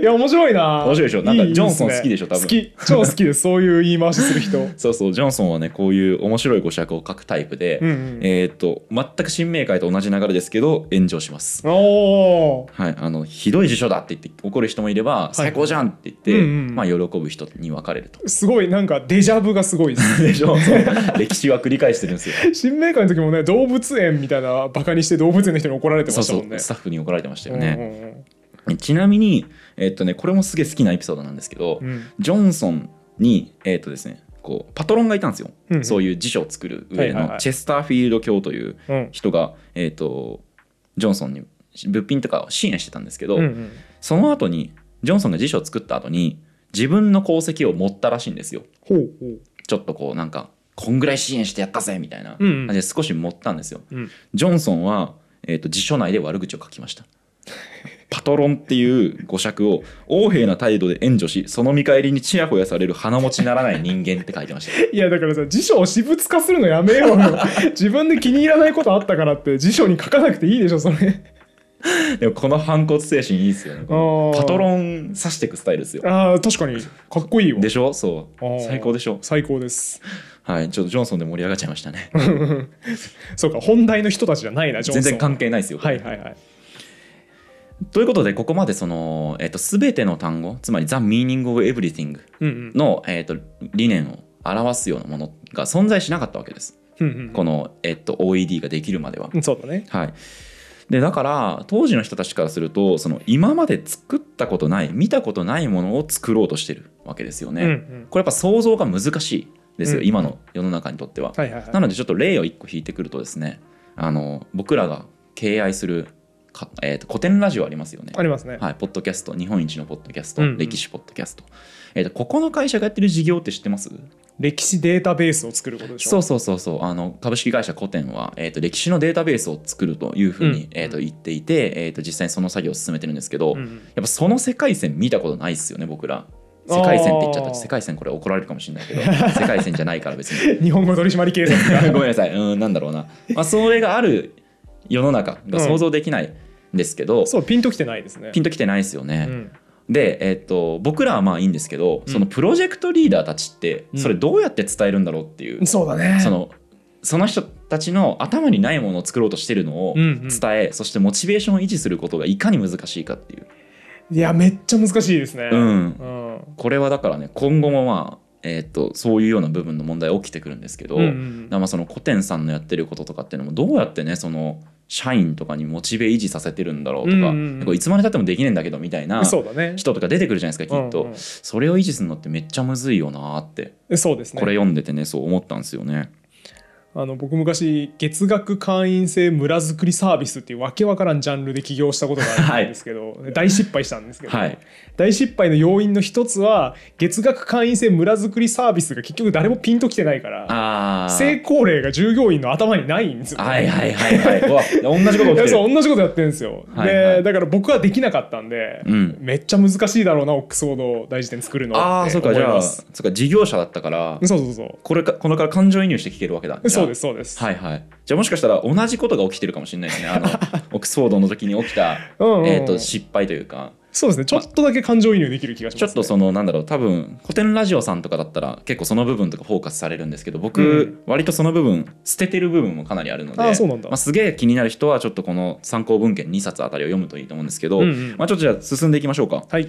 Speaker 1: いや面白いな
Speaker 2: 面白いでしょなんか
Speaker 1: いい
Speaker 2: ジョンソン好きでしょ多分
Speaker 1: 好き超好きですそういう言い回しする 人うん
Speaker 2: そうそうジョンソンはねこういう面白い語釈を書くタイプで、
Speaker 1: うん
Speaker 2: えっ、と全く新明解と同じ流れですけど炎上します
Speaker 1: おー
Speaker 2: はい、あのひどい辞書だって言って怒る人もいれば、最高じゃんって言って、
Speaker 1: うんうん
Speaker 2: まあ、喜ぶ人に分かれると
Speaker 1: すごいなんかデジャブがすご いです
Speaker 2: でしょそう歴史は繰り返してる んですよ。
Speaker 1: 新明会の時もね動物園みたいなバカにして動物園の人に怒られて
Speaker 2: そ
Speaker 1: ま
Speaker 2: う
Speaker 1: した
Speaker 2: そ
Speaker 1: もんね
Speaker 2: うスタッフに怒られてましたよ
Speaker 1: う
Speaker 2: ね、
Speaker 1: んうん
Speaker 2: ちなみに、えっとね、これもすげえ好きなエピソードなんですけど、
Speaker 1: うん
Speaker 2: ジョンソンに、えっとですね、こうパトロンがいたんですよ、
Speaker 1: うんうん
Speaker 2: そういう辞書を作る
Speaker 1: は
Speaker 2: 上
Speaker 1: いはいは
Speaker 2: の
Speaker 1: い
Speaker 2: チェスターフィールド教という
Speaker 1: うんうん
Speaker 2: 人が、えっとジョンソンに物品とかを支援してたんですけど、
Speaker 1: うんうん
Speaker 2: その後にジョンソンが辞書を作った後に自分の功績を持ったらしいんですよ
Speaker 1: ほうほう
Speaker 2: ちょっとこうなんかこんぐらい支援してやったぜみたいな
Speaker 1: うんう
Speaker 2: 感
Speaker 1: ん
Speaker 2: じで少し持ったんですよ、
Speaker 1: うん
Speaker 2: ジョンソンは、えー、と辞書内で悪口を書きました。パトロンっていう語釈を横柄な態度で援助しその見返りにちやほやされる鼻持ちならない人間って書いてました
Speaker 1: いやだからさ辞書を私物化するのやめよう よ自分で気に入らないことあったからって辞書に書かなくていいでしょそれ
Speaker 2: でもこの反骨精神いいですよね
Speaker 1: あー
Speaker 2: パトロン刺していくスタイルですよ
Speaker 1: あー確かにかっこいいわ
Speaker 2: でしょそ
Speaker 1: あー
Speaker 2: う最高でしょ
Speaker 1: 最高です
Speaker 2: はいちょっとジョンソンで盛り上がっちゃいましたね
Speaker 1: そうか本題の人たちじゃないなジョンソ
Speaker 2: 全
Speaker 1: ン
Speaker 2: 然関係ないですよ
Speaker 1: はいはいはい
Speaker 2: ということでここまでその、えー、と全ての単語つまり「The meaning of everything
Speaker 1: うんうん」
Speaker 2: の、えー、と理念を表すようなものが存在しなかったわけです
Speaker 1: うんうん
Speaker 2: この、えっと、OED ができるまでは。
Speaker 1: うんそうだね
Speaker 2: はい、でだから当時の人たちからするとその今まで作ったことない見たことないものを作ろうとしてるわけですよね。
Speaker 1: うんうん
Speaker 2: これやっぱ想像が難しいですよ、
Speaker 1: うん
Speaker 2: 今の世の中にとっては。
Speaker 1: はいはいはい
Speaker 2: なのでちょっと例を一個引いてくるとですねあの僕らが敬愛するか、えーと古典ラジオありますよね。
Speaker 1: ありますね
Speaker 2: はい、ポッドキャスト日本一のポッドキャスト、
Speaker 1: うんうん
Speaker 2: 歴史ポッドキャスト、えーとここの会社がやってる事業って知ってます
Speaker 1: 歴史データベースを作ることでしょ
Speaker 2: そうそうそうそうあの株式会社古典は、えー、と歴史のデータベースを作るというふう
Speaker 1: う
Speaker 2: に、
Speaker 1: ん
Speaker 2: えー、と言っていて、えー、と実際にその作業を進めてるんですけど、
Speaker 1: う
Speaker 2: やっ
Speaker 1: んうん
Speaker 2: ぱその世界線見たことないっすよね僕ら世界線って言っちゃっ
Speaker 1: あー
Speaker 2: た世界線これ怒られるかもし れないけど世界線じゃないから別に
Speaker 1: 日本語取締警察
Speaker 2: ごめんなさいうんなんだろうな、まあ、それがある世の中が想像できないんですけど、
Speaker 1: そうピンときてないですね
Speaker 2: ピンときてないですよね、
Speaker 1: うん
Speaker 2: で、えー、と僕らはまあいいんですけど、そのプロジェクトリーダーたちってそれどうやって伝えるんだろうっていう、
Speaker 1: そうだね
Speaker 2: そのその人たちの頭にないものを作ろうとしてるのを
Speaker 1: うん
Speaker 2: 伝
Speaker 1: うん
Speaker 2: え、そしてモチベーションを維持することがいかに難しいかっていう、
Speaker 1: いやめっちゃ難しいですね
Speaker 2: うん、
Speaker 1: うん
Speaker 2: これはだからね今後もまあ、えーっとそういうような部分の問題起きてくるんですけど、
Speaker 1: うんう
Speaker 2: だか
Speaker 1: ん
Speaker 2: らまあその古典さんのやってることとかっていうのもどうやってねその社員とかにモチベ維持させてるんだろうとか、
Speaker 1: うんうんうん
Speaker 2: これいつまでたってもできねえんだけどみたいな
Speaker 1: そうだね
Speaker 2: 人とか出てくるじゃないですかきっと、
Speaker 1: うんうん
Speaker 2: それを維持するのってめっちゃむずいよなーって
Speaker 1: えそうですね
Speaker 2: これ読んでてねそう思ったんですよね。
Speaker 1: あの僕昔月額会員制村づくりサービスっていうわけわからんジャンルで起業したことがあるんですけ ど、大失敗したんですけど、
Speaker 2: はい
Speaker 1: 大失敗の要因の一つは月額会員制村づくりサービスが結局誰もピンときてないから
Speaker 2: あー
Speaker 1: 成功例が従業員の頭にないんですよ、
Speaker 2: はいはいはい はいうわ同じこと起きて
Speaker 1: いや
Speaker 2: る
Speaker 1: そう同じことやってるんですよ、
Speaker 2: はいはい
Speaker 1: でだから僕はできなかったんで、
Speaker 2: うん
Speaker 1: めっちゃ難しいだろうなオックスフォード大辞典作るの
Speaker 2: ああ
Speaker 1: って
Speaker 2: そう
Speaker 1: 思い
Speaker 2: かじゃ
Speaker 1: ま
Speaker 2: あ
Speaker 1: す
Speaker 2: そうか事業者だったから
Speaker 1: そうそうそう
Speaker 2: これかこのから感情移入して聞けるわけだじゃあ
Speaker 1: そうですそうです、
Speaker 2: はいはいじゃあもしかしたら同じことが起きてるかもしれないですねあ のオックスフォードの時に起きた
Speaker 1: うんうんうん
Speaker 2: えーと失敗というか
Speaker 1: そうですねちょっとだけ感情移入できる気がします、
Speaker 2: ちょ
Speaker 1: ね、
Speaker 2: っとそのなんだろう多分古典ラジオさんとかだったら結構その部分とかフォーカスされるんですけど僕、
Speaker 1: うん
Speaker 2: 割とその部分捨ててる部分もかなりあるので
Speaker 1: あーそうなんだ
Speaker 2: まあ、すげえ気になる人はちょっとこの参考文献2冊あたりを読むといいと思うんですけど、
Speaker 1: うんうん
Speaker 2: まあ、ちょっとじゃあ進んでいきましょうか。
Speaker 1: はい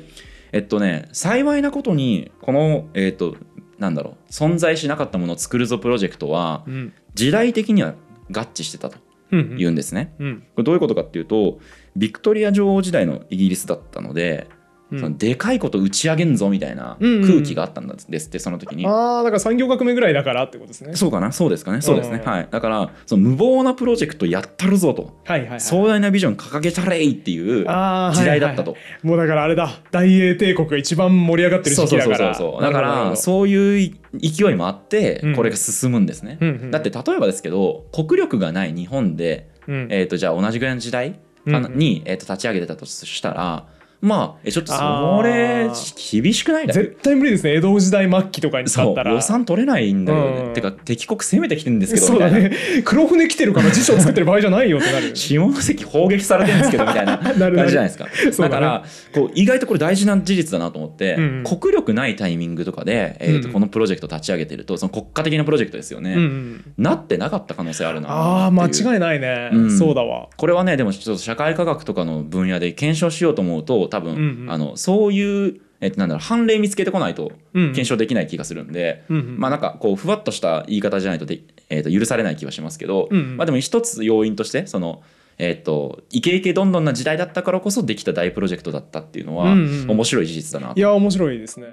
Speaker 2: えっとね幸いなことにこのえっとなんだろう存在しなかったものを作るぞプロジェクトは
Speaker 1: うん
Speaker 2: 時代的には合致してたと
Speaker 1: うん
Speaker 2: いうんですね。
Speaker 1: うん
Speaker 2: これどういうことかっていうとビクトリア女王時代のイギリスだったので、
Speaker 1: うん
Speaker 2: そのでかいこと打ち上げんぞみたいな
Speaker 1: うんうんうん
Speaker 2: 空気があったんですってその時に。
Speaker 1: ああだから産業革命ぐらいだからってことですね
Speaker 2: そうかなそうですかねそうですね、
Speaker 1: うん
Speaker 2: はいだからその無謀なプロジェクトやったるぞと
Speaker 1: はいはい、はい、
Speaker 2: 壮大なビジョン掲げたれいっていう
Speaker 1: あー
Speaker 2: 時代だったと
Speaker 1: はもうだからあれだ大英帝国が一番盛り上がってる
Speaker 2: そ
Speaker 1: 時
Speaker 2: うそ
Speaker 1: 期だ
Speaker 2: う
Speaker 1: か
Speaker 2: そうそ
Speaker 1: ら
Speaker 2: うそうだか
Speaker 1: なるほ
Speaker 2: ら
Speaker 1: ど
Speaker 2: そういう勢いもあって
Speaker 1: うん
Speaker 2: これが進むんですね、
Speaker 1: うんうん
Speaker 2: だって例えばですけど国力がない日本で、
Speaker 1: うん
Speaker 2: えー、とじゃあ同じぐらいの時代
Speaker 1: うんうん
Speaker 2: に、えー、と立ち上げてたとしたらまあえちょっと
Speaker 1: あー
Speaker 2: それ厳しくないだ
Speaker 1: 絶対無理ですね江戸時代末期とかに使
Speaker 2: そ
Speaker 1: っ
Speaker 2: う
Speaker 1: たら
Speaker 2: 予算取れないんだよね、
Speaker 1: うん
Speaker 2: てか敵国攻めてきてるんですけど
Speaker 1: そう
Speaker 2: みた
Speaker 1: だ
Speaker 2: いな、
Speaker 1: ね黒船来てるから辞書作ってる場合じゃないよってなる
Speaker 2: 下関砲撃されてるんですけどみたいな
Speaker 1: なる
Speaker 2: 感じじゃないですか
Speaker 1: そうだね
Speaker 2: だからこう意外とこれ大事な事実だなと思って、
Speaker 1: うんうん
Speaker 2: 国力ないタイミングとかで、えー
Speaker 1: うんう
Speaker 2: と
Speaker 1: ん
Speaker 2: このプロジェクト立ち上げてるとその国家的なプロジェクトですよね、
Speaker 1: うんうん
Speaker 2: なってなかった可能性あるな
Speaker 1: ああ
Speaker 2: っていう
Speaker 1: 間違いないね、
Speaker 2: うん
Speaker 1: そうだわ
Speaker 2: これはねでもちょっと社会科学とかの分野で検証しようと思うと多分、
Speaker 1: うんうん
Speaker 2: あのそういう、えっと、なんだろう判例見つけてこないと
Speaker 1: うん
Speaker 2: 検証できない気がするんで、
Speaker 1: うんうん
Speaker 2: まあなんかこうふわっとした言い方じゃないとで、えっと許されない気はしますけど、
Speaker 1: うんうん
Speaker 2: まあ、でも一つ要因としてその。えっとイケイケどんどんな時代だったからこそできた大プロジェクトだったっていうのは、
Speaker 1: うんうん。
Speaker 2: 面白い事実だない
Speaker 1: や面白いですね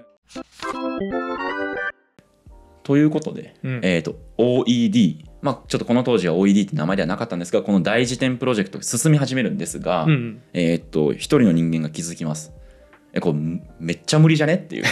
Speaker 2: ということで、
Speaker 1: うん
Speaker 2: えっと OED、まあ、ちょっとこの当時は OED って名前ではなかったんですがこの大辞典プロジェクト進み始めるんですが、
Speaker 1: うんうん
Speaker 2: えーっと一人の人間が気づきますえこれむめっちゃ無理じゃねっ ていう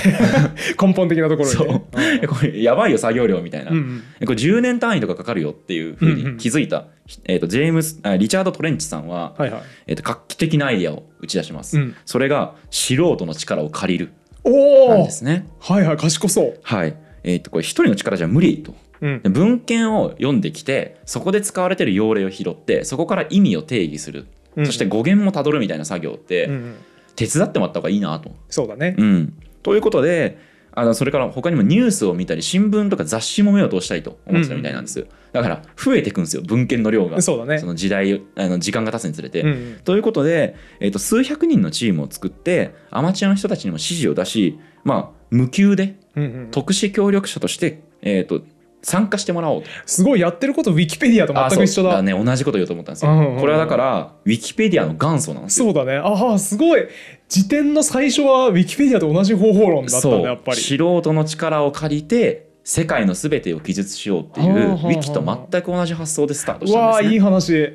Speaker 1: 根本的なところ
Speaker 2: そ
Speaker 1: に
Speaker 2: う
Speaker 1: ね
Speaker 2: え これやばいよ作業量みたいな、
Speaker 1: うんうん
Speaker 2: えこれ10年単位とかかかるよっていうふうに気づいた、えーっとジェームスあリチャード・トレンチさんは、
Speaker 1: はいはい
Speaker 2: えーっと画期的なアイデアを打ち出します、
Speaker 1: うん
Speaker 2: それが素人の力を借りるなん
Speaker 1: おお
Speaker 2: ですね
Speaker 1: はいはい賢そう
Speaker 2: はいえーっとこれ一人の力じゃ無理と
Speaker 1: うん
Speaker 2: で文献を読んできてそこで使われてる用例を拾ってそこから意味を定義する、
Speaker 1: うん
Speaker 2: そして語源もたどるみたいな作業って、
Speaker 1: うんうん
Speaker 2: 手伝ってもらった方がいいなと
Speaker 1: そうだね
Speaker 2: うん、ということであのそれから他にもニュースを見たり新聞とか雑誌も目を通したいと思ってたみたいなんです、だから増えていくんですよ文献の量が
Speaker 1: そうだね
Speaker 2: その時代あの時間が経つにつれて、
Speaker 1: うんうん
Speaker 2: ということで、えー、と数百人のチームを作ってアマチュアの人たちにも指示を出し、まあ、無給で
Speaker 1: うんうん
Speaker 2: 特殊協力者として、えー、と参加してもらおうと
Speaker 1: すごいやってることウィキペディアと
Speaker 2: あ
Speaker 1: 全く一緒
Speaker 2: そう
Speaker 1: だ
Speaker 2: ね同じこと言おうと思ったんですよ、
Speaker 1: うんうんうん
Speaker 2: これはだからウィキペディアの元祖なんですよ
Speaker 1: そうだねああすごい辞典の最初はウィキペディアと同じ方法論だったんだやっぱり
Speaker 2: 素人の力を借りて世界のすべてを記述しようっていう
Speaker 1: はあはあ
Speaker 2: ウ
Speaker 1: はあ
Speaker 2: ィキと全く同じ発想でスタートし
Speaker 1: う
Speaker 2: た
Speaker 1: わ
Speaker 2: ん
Speaker 1: あ
Speaker 2: です
Speaker 1: いい
Speaker 2: ね。
Speaker 1: 話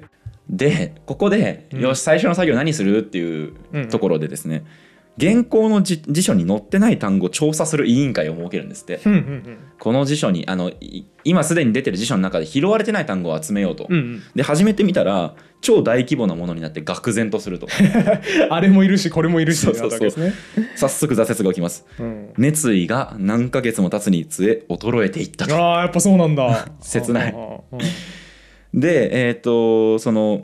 Speaker 2: でここで、
Speaker 1: うん
Speaker 2: よし最初の作業何するっていう
Speaker 1: うん
Speaker 2: ところでですね、現行のじ辞書に載ってない単語を調査する委員会を設けるんですって
Speaker 1: うんうん
Speaker 2: この辞書にあのい今すでに出てる辞書の中で拾われてない単語を集めようと。
Speaker 1: うんうん
Speaker 2: で始めてみたら超大規模なものになって愕然と すると
Speaker 1: うんあれもいるしこれもいるし
Speaker 2: そう
Speaker 1: って
Speaker 2: そ
Speaker 1: な
Speaker 2: う
Speaker 1: っ
Speaker 2: そ
Speaker 1: た
Speaker 2: う
Speaker 1: わけですね
Speaker 2: 早速挫折が起きます
Speaker 1: うん
Speaker 2: 熱意が何ヶ月も経つにつれ衰えていったと
Speaker 1: ああやっぱそうなんだ
Speaker 2: 切ない
Speaker 1: ああああ
Speaker 2: でえっ、とその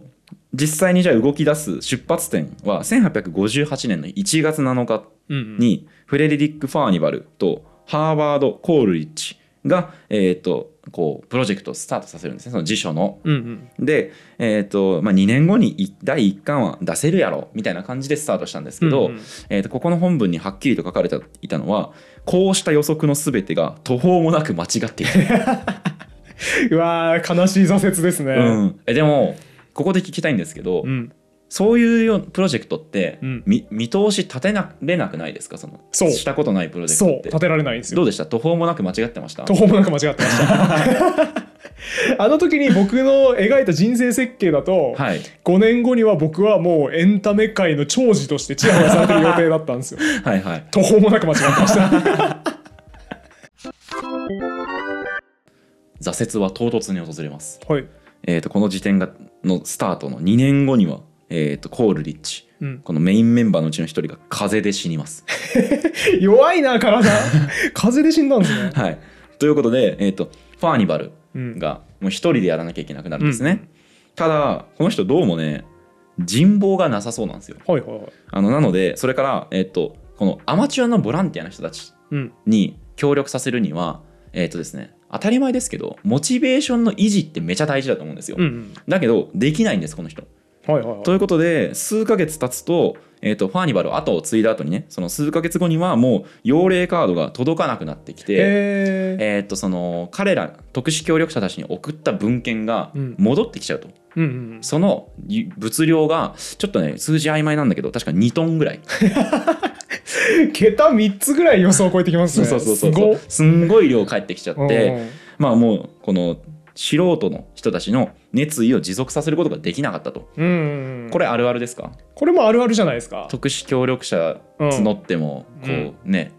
Speaker 2: 実際にじゃあ動き出す出発点は1858年の1月7日
Speaker 1: うんうん
Speaker 2: にフレデリック・ファーニバルとハーバード・コールリッチが、えー、とこうプロジェクトをスタートさせるんですねその辞書の。
Speaker 1: うんうん
Speaker 2: で、えーとまあ、2年後にい第1巻は出せるやろみたいな感じでスタートしたんですけど、
Speaker 1: うんうん
Speaker 2: えー、とここの本文にはっきりと書かれていたのはこうした予測の全てが途方もなく間違っている、
Speaker 1: うわー悲しい挫折ですね。
Speaker 2: うん、えでもここで聞きたいんですけど、
Speaker 1: うん
Speaker 2: そういうようなプロジェクトって、
Speaker 1: うん
Speaker 2: み見通し立てられなくないですかその
Speaker 1: そう
Speaker 2: したことないプロジェク
Speaker 1: そう
Speaker 2: トって
Speaker 1: 立てられないんです
Speaker 2: ど
Speaker 1: よ。
Speaker 2: うでした途方もなく間違ってました
Speaker 1: 途方もなく間違ってま した。あの時に僕の描いた人生設計だと、
Speaker 2: はい
Speaker 1: 5年後には僕はもうエンタメ界の長寿としてチヤホヤされてる予定だったんです よ。
Speaker 2: はいはい
Speaker 1: 途方もなく間違ってました。
Speaker 2: 挫折は唐突に訪れます、
Speaker 1: はい。
Speaker 2: えー、とこの時点がのスタートの2年後には、えー、とコールリッチ
Speaker 1: うん、
Speaker 2: このメインメンバーのうちの一人が風邪で死にます。
Speaker 1: 弱いな体風邪で死んだんですね、
Speaker 2: はい、ということで、えー、とファーニバル
Speaker 1: うん、
Speaker 2: がもう一人でやらなきゃいけなくなるんですね、ただこの人どうもね人望がなさそうなんですよ
Speaker 1: はいはいはい、
Speaker 2: あのなのでそれから、えー、とこのアマチュアのボランティアの人たち
Speaker 1: うん、
Speaker 2: に協力させるにはえっ、とですね当たり前ですけどモチベーションの維持ってめちゃ大事だと思うんですよ、
Speaker 1: うんうん
Speaker 2: だけどできないんですこの人
Speaker 1: はいはいはい
Speaker 2: ということで数ヶ月経つと,、えー、とファーニバルを後を継いだ後にねその数ヶ月後にはもう幼霊カードが届かなくなってきて、
Speaker 1: へえ
Speaker 2: えー、とその彼ら特殊協力者たちに送った文献が
Speaker 1: うん
Speaker 2: 戻ってきちゃうと、
Speaker 1: うんうん
Speaker 2: その物量がちょっとね数字曖昧なんだけど確か2トンぐらい、
Speaker 1: 桁3つぐらい予想を超えてきます
Speaker 2: そう
Speaker 1: ね
Speaker 2: そうそうそう
Speaker 1: すごっ
Speaker 2: すんごい量返ってきちゃって、
Speaker 1: うん
Speaker 2: まあもうこの素人の人たちの熱意を持続させることができなかったと、
Speaker 1: うんうんうん
Speaker 2: これあるあるですか
Speaker 1: これもあるあるじゃないですか
Speaker 2: 特殊協力者
Speaker 1: うん
Speaker 2: 募ってもこうね、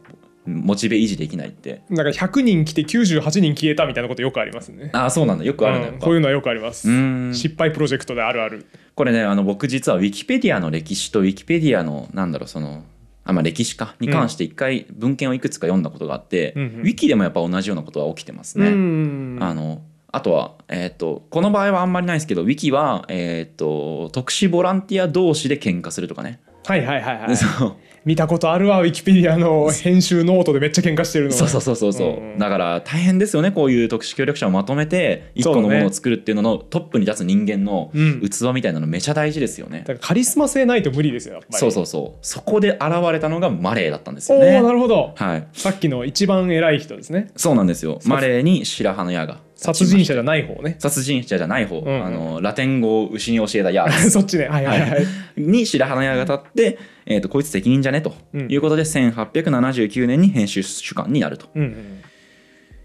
Speaker 2: モチベ維持できないって
Speaker 1: なんか100人来て98人消えたみたいなことよくありますね
Speaker 2: ああそうなんだよくあるんだ
Speaker 1: う
Speaker 2: や
Speaker 1: ん
Speaker 2: っぱ
Speaker 1: こういうのはよくあります
Speaker 2: うん
Speaker 1: 失敗プロジェクトであるある
Speaker 2: これねあの僕実はウィキペディアの歴史とウィキペディアのなんだろうそのあまあ歴史かに関して一回文献をいくつか読んだことがあって、
Speaker 1: うんうん
Speaker 2: ウィキでもやっぱ同じようなことは起きてます
Speaker 1: う
Speaker 2: ね。
Speaker 1: ん
Speaker 2: あのあとは、えー、とこの場合はあんまりないですけどウィキは、えー、と特殊ボランティア同士で喧嘩するとかね、
Speaker 1: はいはいはいはい
Speaker 2: そう
Speaker 1: 見たことあるわウィキペディアの編集ノートでめっちゃ喧嘩してるの
Speaker 2: そうそうそうそうそう、
Speaker 1: うんうん
Speaker 2: だから大変ですよねこういう特殊協力者をまとめて一個のものを作るっていうののトップに立つ人間の
Speaker 1: うん
Speaker 2: 器みたいなのめちゃ大事ですよね、
Speaker 1: だからカリスマ性ないと無理ですよやっぱり
Speaker 2: そうそうそうそこで現れたのがマレーだったんです
Speaker 1: お
Speaker 2: よ
Speaker 1: お
Speaker 2: ね
Speaker 1: ーなるほど
Speaker 2: はい
Speaker 1: さっきの一番偉い人ですね
Speaker 2: そうなんですよ
Speaker 1: 殺
Speaker 2: マレーに白羽の矢が
Speaker 1: 殺人者じゃない方ね
Speaker 2: 殺人者じゃない方、
Speaker 1: んうん
Speaker 2: あのラテン語を牛に教えた矢
Speaker 1: そっちねはいはいはい、
Speaker 2: に白羽の矢が立って、えー、とこいつ責任じゃねと
Speaker 1: うん
Speaker 2: いうことで1879年に編集主管になると
Speaker 1: うんうん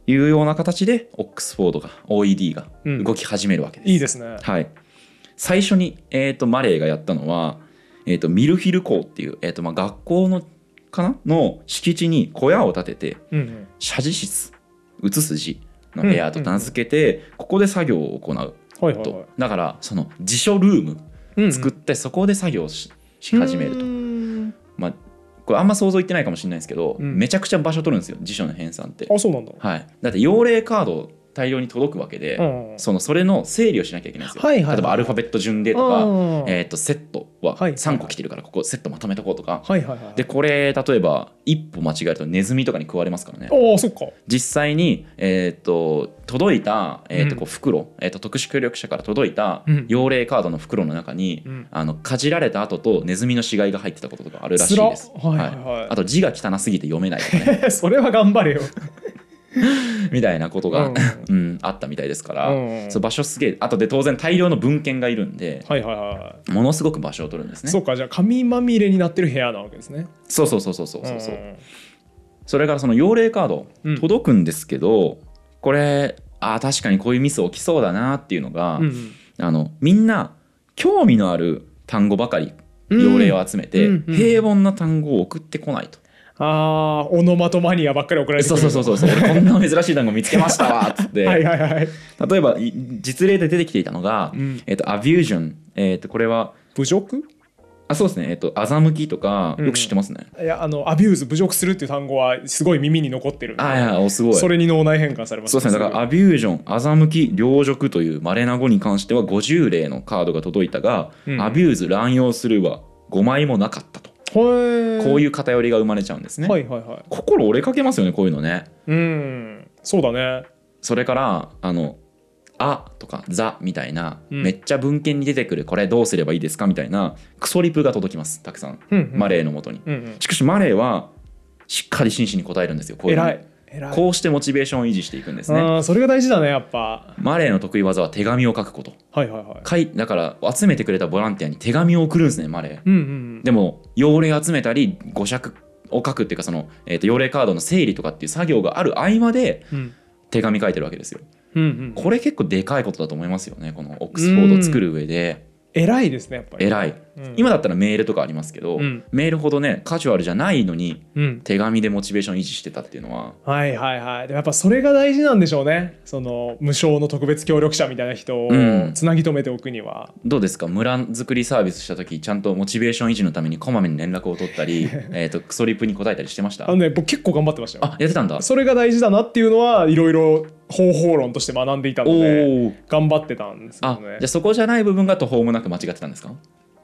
Speaker 2: いうような形でオックスフォードが OED が
Speaker 1: うん
Speaker 2: 動き始めるわけです、
Speaker 1: いいですね
Speaker 2: はい、最初に、えー、とマレーがやったのは、えー、とミルヒル校っていう、えーとまあ、学校のかなの敷地に小屋を建てて
Speaker 1: うんうん
Speaker 2: 写字室写す字の部屋と名付けて、ここで作業を行う
Speaker 1: はいはい
Speaker 2: と、
Speaker 1: はい
Speaker 2: だからその辞書ルーム
Speaker 1: うんうん
Speaker 2: 作ってそこで作業し,、し始める
Speaker 1: う
Speaker 2: と、
Speaker 1: ーん
Speaker 2: まあ、これあんま想像いってないかもしれないですけど、
Speaker 1: うん
Speaker 2: めちゃくちゃ場所取るんですよ辞書の編纂って、
Speaker 1: あそうなんだ、
Speaker 2: はい、だって用例カード大量に届くわけで、
Speaker 1: うんうん
Speaker 2: そのそれの整理をしなきゃいけないんですよ、
Speaker 1: はいはいはい
Speaker 2: 例えばアルファベット順でとか、
Speaker 1: うん
Speaker 2: えー、とセットは
Speaker 1: はい
Speaker 2: 3個来てるからここセットまとめとこうとか、
Speaker 1: はいはいはい
Speaker 2: でこれ例えば一歩間違えるとネズミとかに食われますからね
Speaker 1: おおそっか
Speaker 2: 実際に、えー、と届いた、えー、と
Speaker 1: うん
Speaker 2: こう袋、えー、と特殊協力者から届いた
Speaker 1: うん
Speaker 2: 用例カードの袋の中に、
Speaker 1: うん
Speaker 2: あのかじられた後とネズミの死骸が入ってたこととかあるらしい
Speaker 1: 辛っ
Speaker 2: です。
Speaker 1: はいはいはい
Speaker 2: あと字が汚すぎて読 めないとかね
Speaker 1: それは頑張れよ、
Speaker 2: みたいなこと
Speaker 1: う
Speaker 2: が
Speaker 1: ん、
Speaker 2: うん、あったみたいですから、
Speaker 1: うん
Speaker 2: そう場所すげえあとで当然大量の文献がいるんで
Speaker 1: はいはいは
Speaker 2: ものすごく場所を取るんです
Speaker 1: い、
Speaker 2: ね
Speaker 1: そ。うかじゃあ紙まみれになってる部屋なわけですね
Speaker 2: そうそうそうそうそうそうそうんそれからその用例カード
Speaker 1: うん
Speaker 2: 届くんですけど、これあー確かにこういうミス起きそうだなっていうのが、
Speaker 1: うんうん
Speaker 2: あのみんな興味のある単語ばかり用例を集めて、
Speaker 1: うんうんうん
Speaker 2: 平凡な単語を送ってこないと。
Speaker 1: あーオノマトマニアばっかり送られて
Speaker 2: そうそうそうう そうそう俺こんな珍しい単語見つけましたわっつって、
Speaker 1: はいはいはい
Speaker 2: 例えばい実例で出てきていたのが、
Speaker 1: うん
Speaker 2: えっとアビュージョン、えっとこれは
Speaker 1: 侮辱
Speaker 2: あそうですねえっと欺きとか
Speaker 1: うん
Speaker 2: よく知ってますね、
Speaker 1: いやあのアビューズ侮辱するっていう単語はすごい耳に残ってるんで
Speaker 2: ああいやおすごい
Speaker 1: それに脳内変換されまし
Speaker 2: そう
Speaker 1: た
Speaker 2: ですねだからアビュージョン欺き領辱という稀な語に関しては50例のカードが届いたが、
Speaker 1: うん
Speaker 2: アビューズ乱用するは5枚もなかったとこういう偏りが生まれちゃうんですね、
Speaker 1: はいはいはい
Speaker 2: 心折れかけますよねこういうのね
Speaker 1: うんそうだね
Speaker 2: それからあの「あ」とか「ザ」みたいな、
Speaker 1: うん
Speaker 2: めっちゃ文献に出てくるこれどうすればいいですかみたいなクソリプが届きますたくさん
Speaker 1: うんうん
Speaker 2: マレーのもとに、
Speaker 1: うんうん
Speaker 2: しかしマレーはしっかり真摯に答えるんですよこういうの
Speaker 1: 偉
Speaker 2: に
Speaker 1: い偉い
Speaker 2: こうしてモチベーションを維持していくんですね
Speaker 1: あーそれが大事だねやっぱ
Speaker 2: マレーの得意技は手紙を書くこと
Speaker 1: はいはいはい
Speaker 2: かいだから集めてくれたボランティアに手紙を送るんですねマレー
Speaker 1: うんうん
Speaker 2: でも用例集めたり語釈を書くっていうかその、えー、と用例カードの整理とかっていう作業がある合間で
Speaker 1: うん
Speaker 2: 手紙書いてるわけですよ
Speaker 1: うんうん
Speaker 2: これ結構でかいことだと思いますよねこのオックスフォードを作る上で
Speaker 1: 偉いですねやっぱり
Speaker 2: 偉い
Speaker 1: うん
Speaker 2: 今だったらメールとかありますけど、
Speaker 1: うん
Speaker 2: メールほどねカジュアルじゃないのに
Speaker 1: うん
Speaker 2: 手紙でモチベーション維持してたっていうのは
Speaker 1: はいはいはいでもやっぱそれが大事なんでしょうねその無償の特別協力者みたいな人を
Speaker 2: うん
Speaker 1: つなぎ止めておくには、
Speaker 2: どうですか村づくりサービスした時ちゃんとモチベーション維持のためにこまめに連絡を取った りえーとクソリプに答えたりしてました
Speaker 1: あのね僕結構頑張ってましたよ
Speaker 2: あやってたんだ
Speaker 1: それが大事だなっていうのはいろいろ方法論として学んでいた
Speaker 2: お
Speaker 1: ので
Speaker 2: お
Speaker 1: 頑張ってたんですけ
Speaker 2: あ
Speaker 1: ど
Speaker 2: じ
Speaker 1: ね
Speaker 2: ゃあそこじゃない部分が途方もなく間違ってたんですか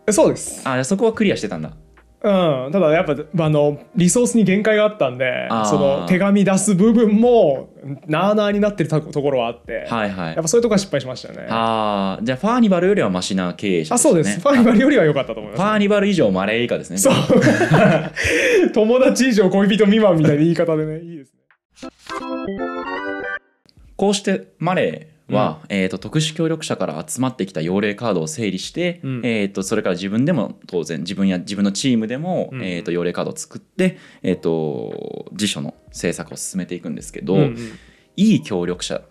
Speaker 1: えそうです
Speaker 2: あじゃあそこはクリアしてたんだ
Speaker 1: うん、ただやっぱあのリソースに限界があったんで
Speaker 2: あー
Speaker 1: その手紙出す部分もなあなあになってるところはあって、
Speaker 2: はいは
Speaker 1: や
Speaker 2: い
Speaker 1: っぱそういうとこは失敗しましたよねあ
Speaker 2: あーじゃあファーニバルよりはマシな経営者
Speaker 1: そうです、ファーニバルよりは良かったと思い
Speaker 2: ファ
Speaker 1: ま
Speaker 2: ーニバル以上マレー以下ですね
Speaker 1: すそう友達以上恋人未満みたいな言い方でねいいですね
Speaker 2: こうしてマレーは、えー、と特殊協力者から集まってきた用例カードを整理して、
Speaker 1: うん
Speaker 2: えー、とそれから自分でも当然自分や自分のチームでも、
Speaker 1: うん
Speaker 2: えー、と用例カードを作って、えー、と辞書の制作を進めていくんですけど、
Speaker 1: うんうん
Speaker 2: いい協力者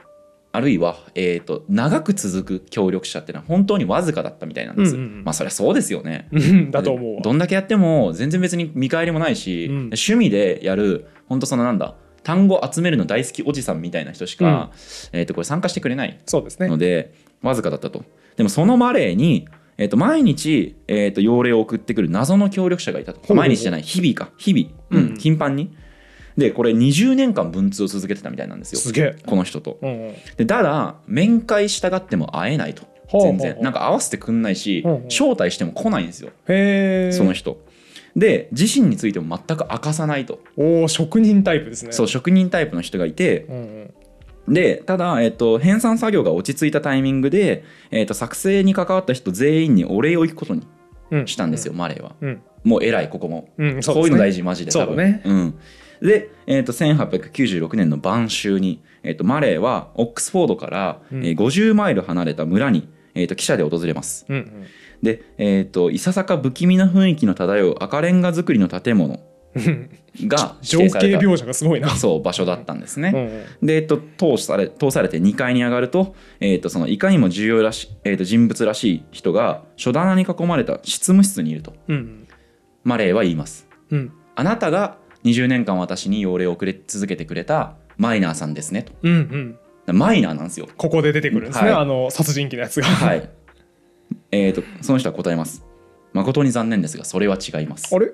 Speaker 2: あるいは、えー、と長く続く協力者っていうのは本当にわずかだったみたいなんです、
Speaker 1: うんうんうん
Speaker 2: まあそりゃそうですよね。
Speaker 1: うんだと思うわ
Speaker 2: どんだけやっても全然別に見返りもないし、
Speaker 1: うん
Speaker 2: 趣味でやる本当そのなんだ単語集めるの大好きおじさんみたいな人しか、えー、とこれ参加してくれない
Speaker 1: そうですね
Speaker 2: ので、わずかだったとでもそのマレーに、えー、と毎日、えー、と用例を送ってくる謎の協力者がいた
Speaker 1: ほ
Speaker 2: と
Speaker 1: う
Speaker 2: 毎日じゃない日々か日々、うん
Speaker 1: うん
Speaker 2: 頻繁にでこれ20年間文通を続けてたみたいなんですよ
Speaker 1: すげえ、
Speaker 2: この人と
Speaker 1: うんうん
Speaker 2: でただ面会したがっても会えないと
Speaker 1: ほうほうほう
Speaker 2: 全然なんか会わせてくんないし
Speaker 1: ほうほう
Speaker 2: 招待しても来ないんですよ
Speaker 1: へえ
Speaker 2: その人で自身についても全く明かさないと、
Speaker 1: おお職人タイプですね
Speaker 2: そう職人タイプの人がいて
Speaker 1: うんうん
Speaker 2: でただ、えっと、編纂作業が落ち着いたタイミングで、えっと、作成に関わった人全員にお礼を行くことに
Speaker 1: うん、
Speaker 2: したんですよ、マレーは
Speaker 1: うん
Speaker 2: もう偉いここも、
Speaker 1: うん、そ
Speaker 2: こういうの大
Speaker 1: 事
Speaker 2: 事マジで
Speaker 1: そうだね
Speaker 2: うん、で、えっと1896年の晩秋に、えっとマレーはオックスフォードから、
Speaker 1: うん
Speaker 2: えー50マイル離れた村に、えっと汽車で訪れます
Speaker 1: うんうん
Speaker 2: で、えっといささか不気味な雰囲気の漂う赤レンガ造りの建物
Speaker 1: うん
Speaker 2: が
Speaker 1: 情
Speaker 2: 指定され
Speaker 1: 景
Speaker 2: た
Speaker 1: 描写がすごいな、
Speaker 2: そう場所だったんで
Speaker 1: う
Speaker 2: す
Speaker 1: んう
Speaker 2: ね。
Speaker 1: ん
Speaker 2: で、えっと、通され通されて2階に上がると,、えっとそのいかにも重要らしい、えっと人物らしい人が書棚に囲まれた執務室にいると
Speaker 1: うん
Speaker 2: マレーは言います。
Speaker 1: うん
Speaker 2: あなたが20年間私に用例をくれ続けてくれたマイナーさんですねと。
Speaker 1: うんうん
Speaker 2: マイナーなんで すよ。
Speaker 1: ここで出てくるんですね、
Speaker 2: はい
Speaker 1: あの殺人鬼のやつが。
Speaker 2: はい。えっとその人は答えます。誠に残念ですがそれは違います
Speaker 1: あ。れ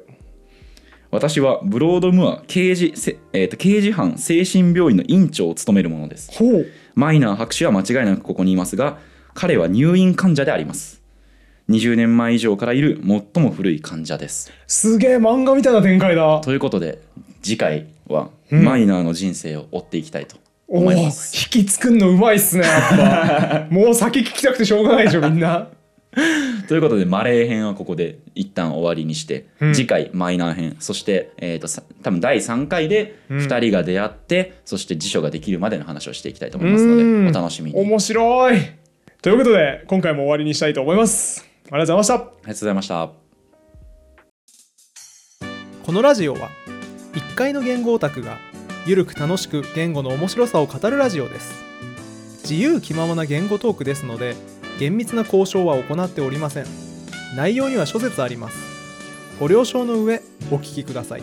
Speaker 2: 私はブロードムア刑事,せ、えっと刑事犯精神病院の院長を務めるものです。
Speaker 1: ほう
Speaker 2: マイナー博士は間違いなくここにいますが彼は入院患者であります20年前以上からいる最も古い患者です
Speaker 1: すげえ漫画みたいな展開だ。
Speaker 2: ということで次回は
Speaker 1: うん
Speaker 2: マイナーの人生を追っていきたいと
Speaker 1: おお
Speaker 2: 思
Speaker 1: ー
Speaker 2: い
Speaker 1: 引
Speaker 2: ます、
Speaker 1: き作んのうまいっすねやっぱ もう先聞きたくてしょうがないでしょみんな。
Speaker 2: ということでマレー編はここで一旦終わりにして、
Speaker 1: うん
Speaker 2: 次回マイナー編そして、えー、とさ多分第3回で
Speaker 1: うん
Speaker 2: 2人が出会って、そして辞書ができるまでの話をしていきたいと思いますの
Speaker 1: うん
Speaker 2: でお楽しみにありが
Speaker 1: 面白いということで今回も終わりにしたいと思います。ありがとうございました。
Speaker 2: とうございました
Speaker 1: このラジオは1階の言語オタクがゆるく楽しく言語の面白さを語るラジオです自由気ままな言語トークですので厳密な交渉は行っておりません内容には諸説ありますご了承の上お聞きください